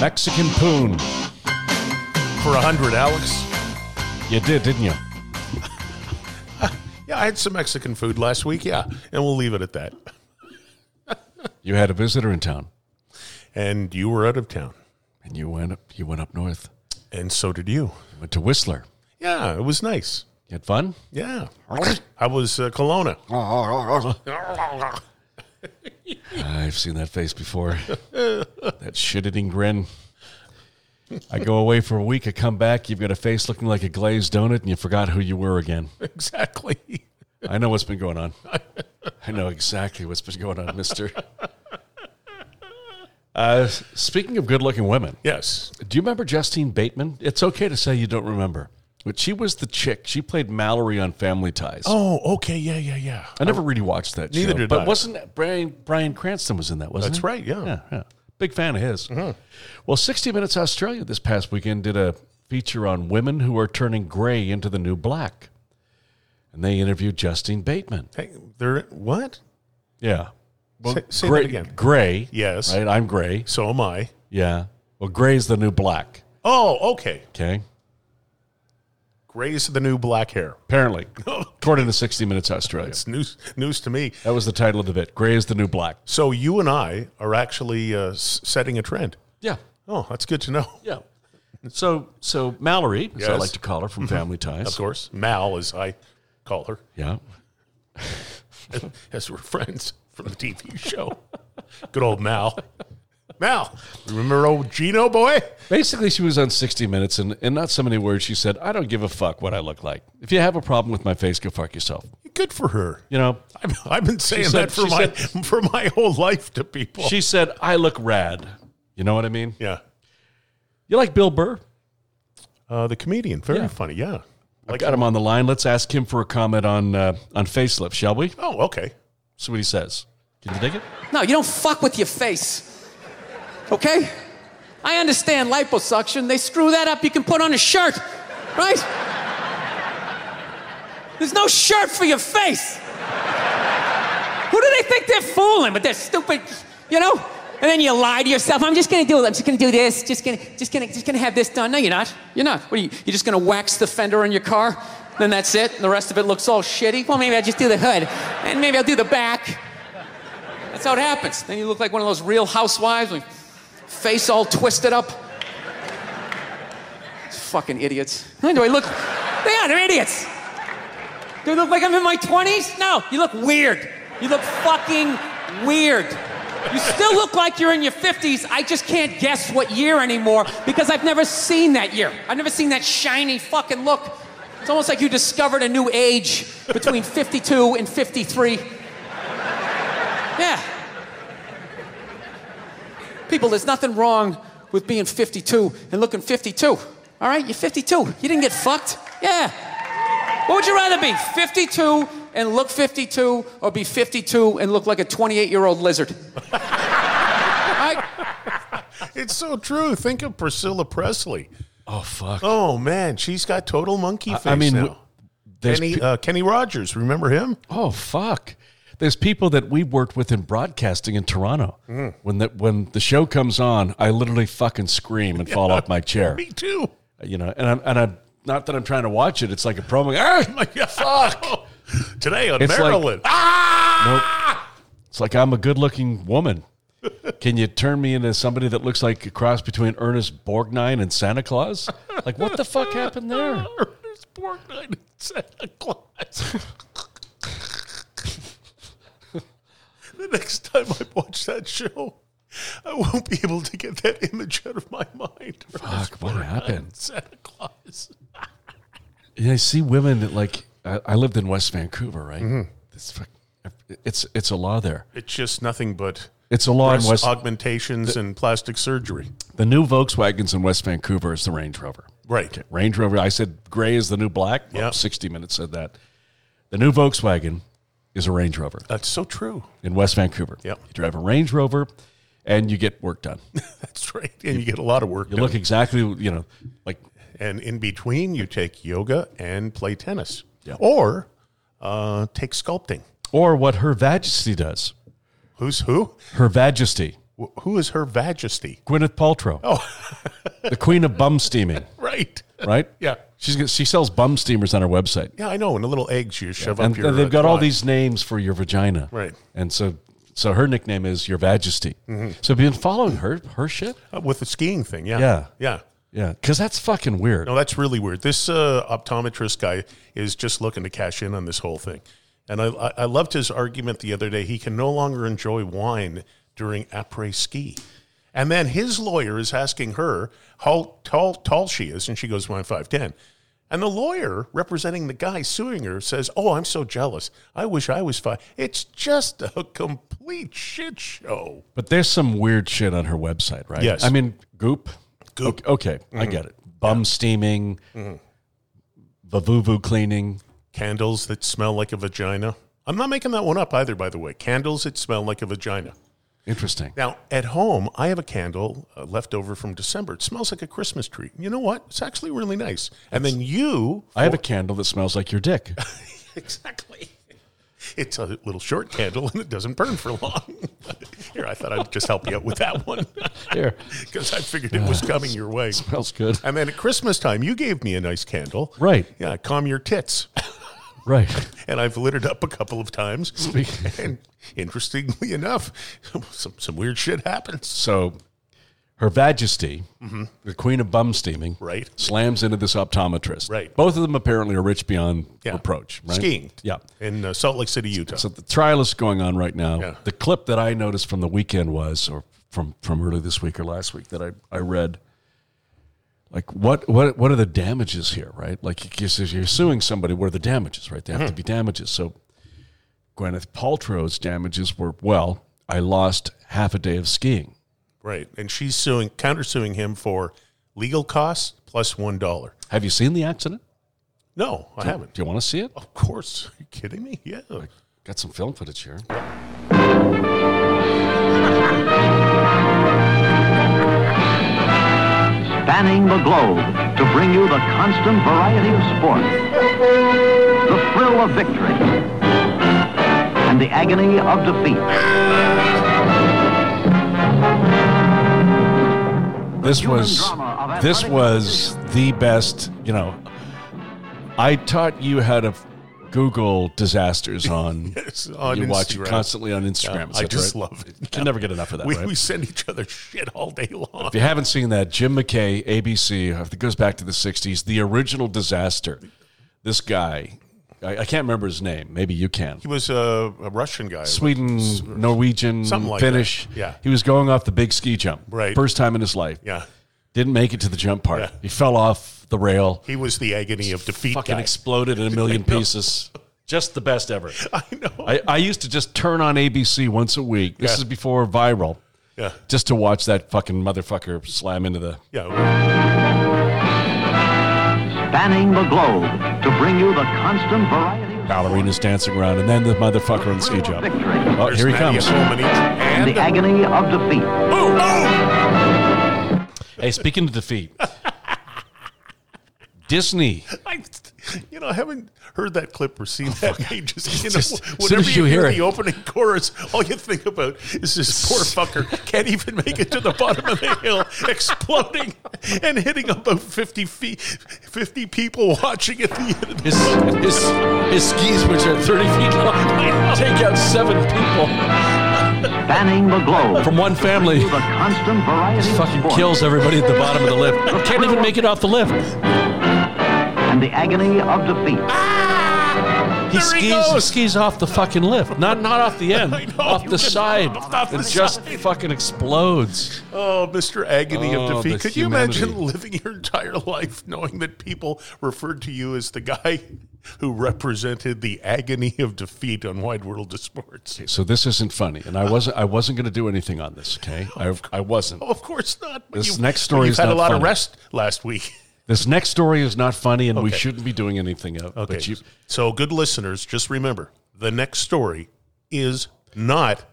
Mexican poon. for a hundred, Alex. You did, didn't you? Yeah, I had some Mexican food last week. Yeah, and we'll leave it at that. You had a visitor in town, And you were out of town, and you went up. You went up north. and so did you. You went to Whistler. Yeah, it was nice. You had fun. Yeah, I was uh, Kelowna. I've seen that face before. that shit-eating grin. I go away for a week. I come back. You've got a face looking like a glazed donut, and you forgot who you were again. Exactly. I know what's been going on. I know exactly what's been going on, Mister. Uh, speaking of good-looking women, Yes. do you remember Justine Bateman? It's okay to say you don't remember, but she was the chick. She played Mallory on Family Ties. Oh, okay. Yeah, yeah, yeah. I never really watched that. Neither show, did but I. wasn't that Brian Brian Cranston was in that? Wasn't That's he? right, Mm-hmm. yeah. yeah, yeah. Big fan of his. Well, 60 Minutes Australia this past weekend did a feature on women who are turning gray into the new black, and they interviewed Justine Bateman. Hey, there. What? Yeah, say say gray, that again. gray. Yes. right. I'm gray. So am I. Yeah. Well, gray's the new black. Oh, okay. Okay. Gray's the new black hair. Apparently, according to 60 Minutes Australia, It's news news to me. that was the title of the bit. Gray is the new black. So you and I are actually uh, s- setting a trend. Yeah. Oh, that's good to know. Yeah. So, so Mallory, as I Yes. Mm-hmm. like to call her from Family Ties. Of course, Mal, as I call her, Yeah. as, as we're friends from the TV show. Good old Mal. Mal, remember old Gino boy? Basically, she was on 60 Minutes, and in not so many words, she said, I don't give a fuck what I look like. If you have a problem with my face, go fuck yourself. Good for her. You know, I've, I've been saying said- that for she my for my whole life to people. she said, I look rad. You know what I mean? yeah, You like Bill Burr? uh, the comedian, very Yeah. funny. Yeah, I like got him on the line. Let's ask him for a comment on, uh, on facelift, shall we? oh, okay. See what he says. Can you dig it? No, you don't fuck with your face. Okay? I understand liposuction. They screw that up. You can put on a shirt, right? There's no shirt for your face. Who do they think they're fooling with their stupid, you know? And then you lie to yourself. I'm just gonna do it. I'm just gonna do this. Just gonna, just gonna, just gonna have this done. No, you're not. You're not. What are you? You're just gonna wax the fender on your car. Then that's it. And the rest of it looks all shitty. Well, maybe I'll just do the hood, and maybe I'll do the back. That's how it happens. Then you look like one of those real housewives with face all twisted up. Fucking idiots. Why Do I look? They are, they're idiots. Do I look like I'm in my 20s? No, you look weird. You look fucking weird. You still look like you're in your 50s. I just can't guess what year anymore because I've never seen that year. I've never seen that shiny fucking look. It's almost like you discovered a new age between 52 and 53. Yeah. People, there's nothing wrong with being 52 and looking 52. All right? You're 52. You didn't get fucked. Yeah. What would you rather be? 52 and look 52 or be 52 and look like a 28 year old lizard? All right? It's so true. Think of Priscilla Presley. Oh, fuck. Oh man, she's got total monkey face I mean, now. w- there's Kenny, pe- uh, Kenny Rogers, remember him? Oh fuck! There's people that we worked with in broadcasting in Toronto. Mm. When the when the show comes on, I literally fucking scream and fall off my chair. Me too. You know, and I'm and I'm not that I'm trying to watch it. It's like a promo. Ah! Fuck. Today on It's like- Maryland. ah! It's like I'm a good-looking woman. Can you turn me into somebody that looks like a cross between Ernest Borgnine and Santa Claus? Like what the fuck happened there? Ernest Borgnine and Santa Claus. the next time I watch that show, I won't be able to get that image out of my mind. Ernest Fuck! What Borgnine happened? and Santa Claus. Yeah, I see women that like I, I lived in West Vancouver, right? Mm-hmm. It's fuck- it's it's a law there. It's just nothing but It's a law in breast West. augmentations and plastic surgery. The new Volkswagens in West Vancouver is the Range Rover. Right. Range Rover, I said gray is the new black. Well, Yep. 60 Minutes said that. The new Volkswagen is a Range Rover That's so true. in West Vancouver. Yep. You drive a Range Rover and you get work done. That's right. And you get a lot of work You done. look exactly, you know, like, and in between you take yoga and play tennis Yeah. or uh, take sculpting or what Her Majesty does. who's who Her Majesty. Wh- Who is her majesty? Gwyneth Paltrow. Oh. the queen of bum steaming, Right. right? Yeah. She's got- she sells bum steamers on her website. Yeah, I know. And the little eggs you shove And up your. they've uh, got all twat. these names for your vagina. Right. And so so her nickname is Your Majesty. Mm-hmm. So have you been following her her shit? Uh, with the skiing thing. Yeah. Yeah. Yeah. Yeah. Because that's fucking weird. No, that's really weird. This uh, optometrist guy is just looking to cash in on this whole thing. And I, I, I loved his argument the other day. He can no longer enjoy wine during après ski. And then his lawyer is asking her how tall, tall she is. And she goes, well, I'm 5'10. And the lawyer representing the guy suing her says, Oh, I'm so jealous. I wish I was five. It's just a complete shit show. But there's some weird shit on her website, right? Yes. I mean, goop. Goop. Mm-hmm. Okay, okay, I get it. Bum steaming, Mm-hmm. vavuvu cleaning. Candles that smell like a vagina. I'm not making that one up either, by the way. Candles that smell like a vagina. Interesting. Now, at home, I have a candle uh, left over from December. It smells like a Christmas tree. You know what? It's actually really nice. And then you, I have a candle that smells like your dick. exactly. It's a little short candle and it doesn't burn for long. Here, I thought I'd just help you out with that one Here, because I figured it was coming your way. smells good. And then at Christmas time, you gave me a nice candle. Right. Yeah, calm your tits. Right. And I've lit it up a couple of times. Speak- And interestingly enough, some, some weird shit happens. So, Her Majesty, the Queen of Bum Steaming, Mm-hmm. Right. slams into this optometrist. Right. Both of them apparently are rich beyond Yeah. reproach. Right? Skiing. Yeah. In uh, Salt Lake City, Utah. So the trial is going on right now. Yeah. The clip that I noticed from the weekend was, or from from early this week or last week that I, I read, like what what what are the damages here, right? Like you says you're suing somebody, what are the damages, right? They Hmm. have to be damages. So Gwyneth Paltrow's damages were well, I lost half a day of skiing. Right. And she's suing, countersuing him for legal costs plus $1. Have you seen the accident? No, I haven't. Do you want to see it? Of course. Are you kidding me? Yeah. Got some film footage here. spanning the globe to bring you the constant variety of sport, the thrill of victory, and the agony of defeat. This human was drama of this athletic was the best. You know, I taught you how to f- Google disasters on. It's on you watch it Instagram. constantly on Instagram. I et just cetera, right? love it. You can never get enough of that. We, right? we send each other shit all day long. if you haven't seen that, Jim McKay, ABC, I think it goes back to the '60s, the original disaster. This guy, I, I can't remember his name. Maybe you can. He was a, a Russian guy. Sweden, Norwegian, Something like Finnish. that. Yeah. he was going off the big ski jump. Right. first time in his life. Yeah. Didn't make it to the jump part. Yeah. He fell off the rail. He was the agony of defeat. fucking guy. exploded in a million pieces. Just the best ever. I know. I, I used to just turn on ABC once a week. This Yeah. is before viral, yeah. just to watch that fucking motherfucker slam into the. Yeah. Spanning the globe to bring you the constant variety of Ballerinas dancing around, and then the motherfucker in the ski thrill of jump. victory, Oh, There's here he Matty at comes. home and eats- and the uh, and- Oh, agony of Boom, boom! defeat. Hey, speaking of defeat, Disney. I, you know, I haven't heard that clip or Oh, seen that. I just, you know, Just- as soon whenever as you, you hear, hear it. the opening chorus, all you think about is this poor fucker can't even make it to the bottom of the hill, exploding and hitting about 50 feet, 50 people watching at the end of the His, his, his skis, which are 30 feet long, take out seven people Spanning the globe from one family. to the constant variety of Fucking sport, kills everybody at the bottom of the lift. Can't even make it off the lift. and the agony of defeat. Ah, He There he skis, he goes. skis off the fucking lift, not not off the end, I know. off the side, Off the and just side. fucking explodes. Oh, Mr. Agony Oh, of Defeat. the Could humanity. you imagine living your entire life knowing that people referred to you as the guy who represented the agony of defeat on Wide World of Sports? So this isn't funny, and I wasn't I wasn't going to do anything on this. Okay, I I wasn't. Oh, of course not. But This you- next but story you've is had not a lot of funny. rest last week. This next story is not funny, and we Okay. shouldn't be doing anything of. Okay. But you, so, good listeners, just remember the next story is not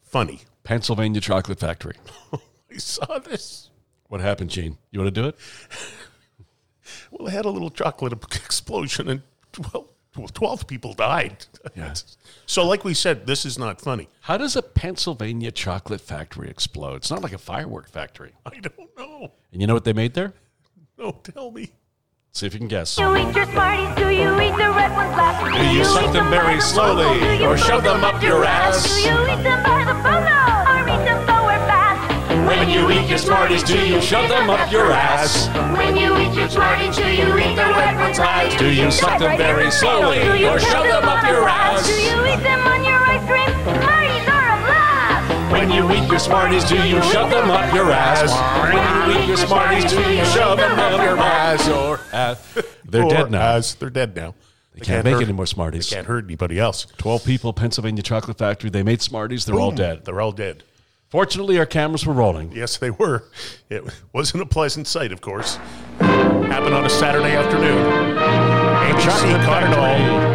funny. Pennsylvania Chocolate Factory. I saw this. What happened, Gene? You want to do it? Well, I had a little chocolate explosion and, well, well, 12 people died. Yeah. so, like we said, this is not funny. How does a Pennsylvania chocolate factory explode? It's not like a firework factory. I don't know. And you know what they made there? No, tell me. See if you can guess. Do you eat your Smarties? Do you eat the red ones last? Do you eat suck them very by the slowly, bottle? Do you or shove put them up your ass? Do you eat them by the photo? Or eat them forward fast? When you eat your Smarties, do you shove them up your ass? When you eat your Smarties, do you eat the red ones last? Do you suck them very slowly, Do you or shove shove them up on your the ass? Do you eat them on your ice cream? Smarties are a blast! When you eat your Smarties, do you shove them up your ass? When you eat your Smarties, do you shove them up your ass? Or ass? They're Or dead now. as- they're dead now. They, Can't make hurt, any more Smarties. Can't hurt anybody else. 12 people, Pennsylvania Chocolate Factory. They made Smarties. They're all Boom. dead. They're all dead. Fortunately, our cameras were rolling. Yes, they were. It wasn't a pleasant sight, of course. Happened on a Saturday afternoon. ABC caught it all.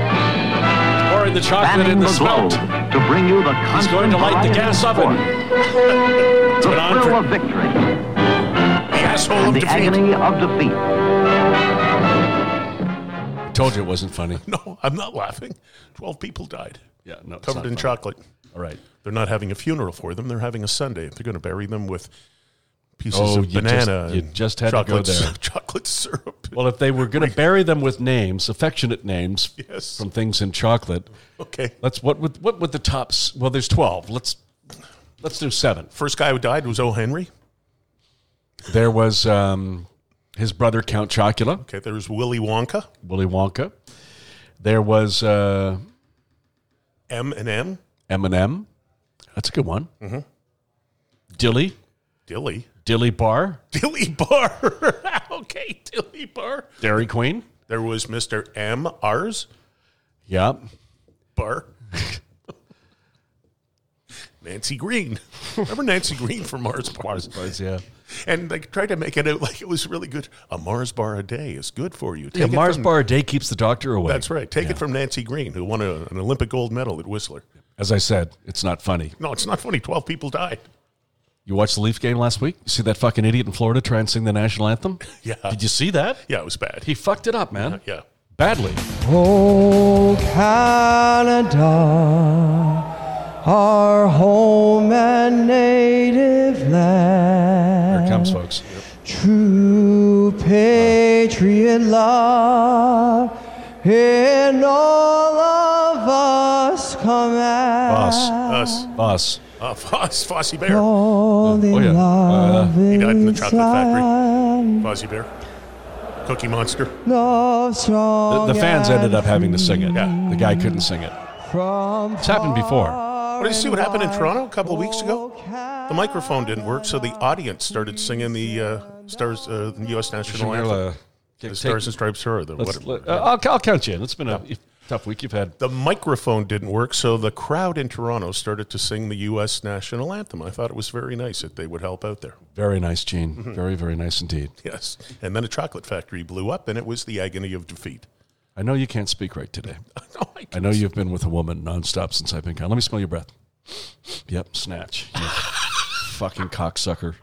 Pouring the chocolate Spanning in the the globe smelt. to bring you the constant going to light the variety gas of oven. sport, It's The been on thrill for of victory The asshole of and the defeat. agony of defeat. Told you it wasn't funny. No, I'm not laughing. Twelve people died. Yeah, no. it's covered not in funny. chocolate. All right. They're not having a funeral for them. They're having a Sunday. They're going to bury them with pieces Oh, of you just- banana. you and just had to go chocolate, there. Chocolate syrup. Well, if they were going to bury them with names, affectionate names Yes. from things in chocolate, okay. let's what would what would the tops? Well, there's twelve. Let's let's do seven. First guy who died was O. Henry. There was um, his brother Count Chocula, Okay. There was Willy Wonka. Willy Wonka. There was uh, M and M. Eminem. That's a good one. Mm-hmm. Dilly, Dilly. Dilly Bar, Dilly Bar. okay. Dilly Bar. Dairy Queen. There was Mr. M. R's Yeah, Bar. Nancy Green. Remember Nancy Green from Mars Bars? yeah. And they tried to make it out like it was really good. A Mars bar a day is good for you. yeah Take it Mars from- Bar a day keeps the doctor away. That's right. Take it from Nancy Green, who won a, an Olympic gold medal at Whistler. As I said, it's not funny. No, it's not funny. 12 people died. You watched the Leaf game last week? You see that fucking idiot in Florida try and sing the national anthem? Yeah. Did you see that? Yeah, it was bad. He fucked it up, man. yeah. Badly. Oh, Canada, our home and native Here it land. comes, folks. True patriot love in all of us commands. Us. Us. Us. Uh, Foss, Fossy Bear. Only Oh, yeah. love Uh, He died in the chocolate factory. and Fossy Bear. Cookie Monster. love The, strong the fans and ended up having to sing it. Oh, Yeah. The guy couldn't sing it. from It's happened before. What did you see what happened in Toronto a couple of weeks ago? The microphone didn't work, so the audience started singing the uh, Stars, uh, U.S. National Anthem. Let's- The Stars and Stripes are the uh, let's- whatever. uh, I'll, I'll count you in. It's been a tough week you've had. the microphone didn't work, so the crowd in Toronto started to sing the U.S. national anthem. I thought it was very nice that they would help out there. Very nice, Gene. Very, very nice indeed. Yes. And then a chocolate factory blew up, and it was the agony of defeat. Oh I know you can't speak right today. No, I I can't. know you've been with a woman nonstop since I've been gone. Let me smell your breath. Yep, snatch. You fucking cocksucker.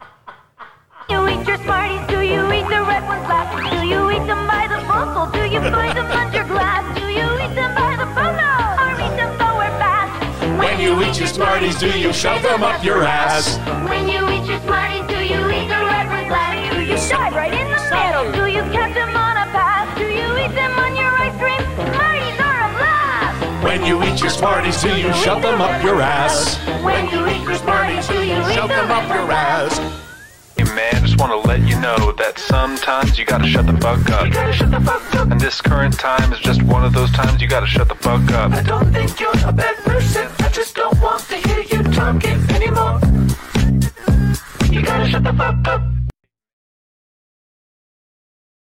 Do you eat your Smarties? Do you eat the red ones last? Do you eat them by the bottle? Do you put them under glass? Do you eat them by the photo? Or eat them forward fast? When you eat your Smarties, do you shove them up your ass? When you eat your Smarties, do you eat the red ones last? Do you dive right in the middle? Do you catch them on a pass? Do you eat them on your ice cream? Smarties are a blast! When you eat your Smarties, do you shove them up your ass? When you eat your Smarties, do you shove them up your ass? Hey man, just want to let you know that sometimes you gotta shut the fuck up. You gotta shut the fuck up. And this current time is just one of those times you gotta shut the fuck up. I don't think you're a bad person. I just don't want to hear you talking any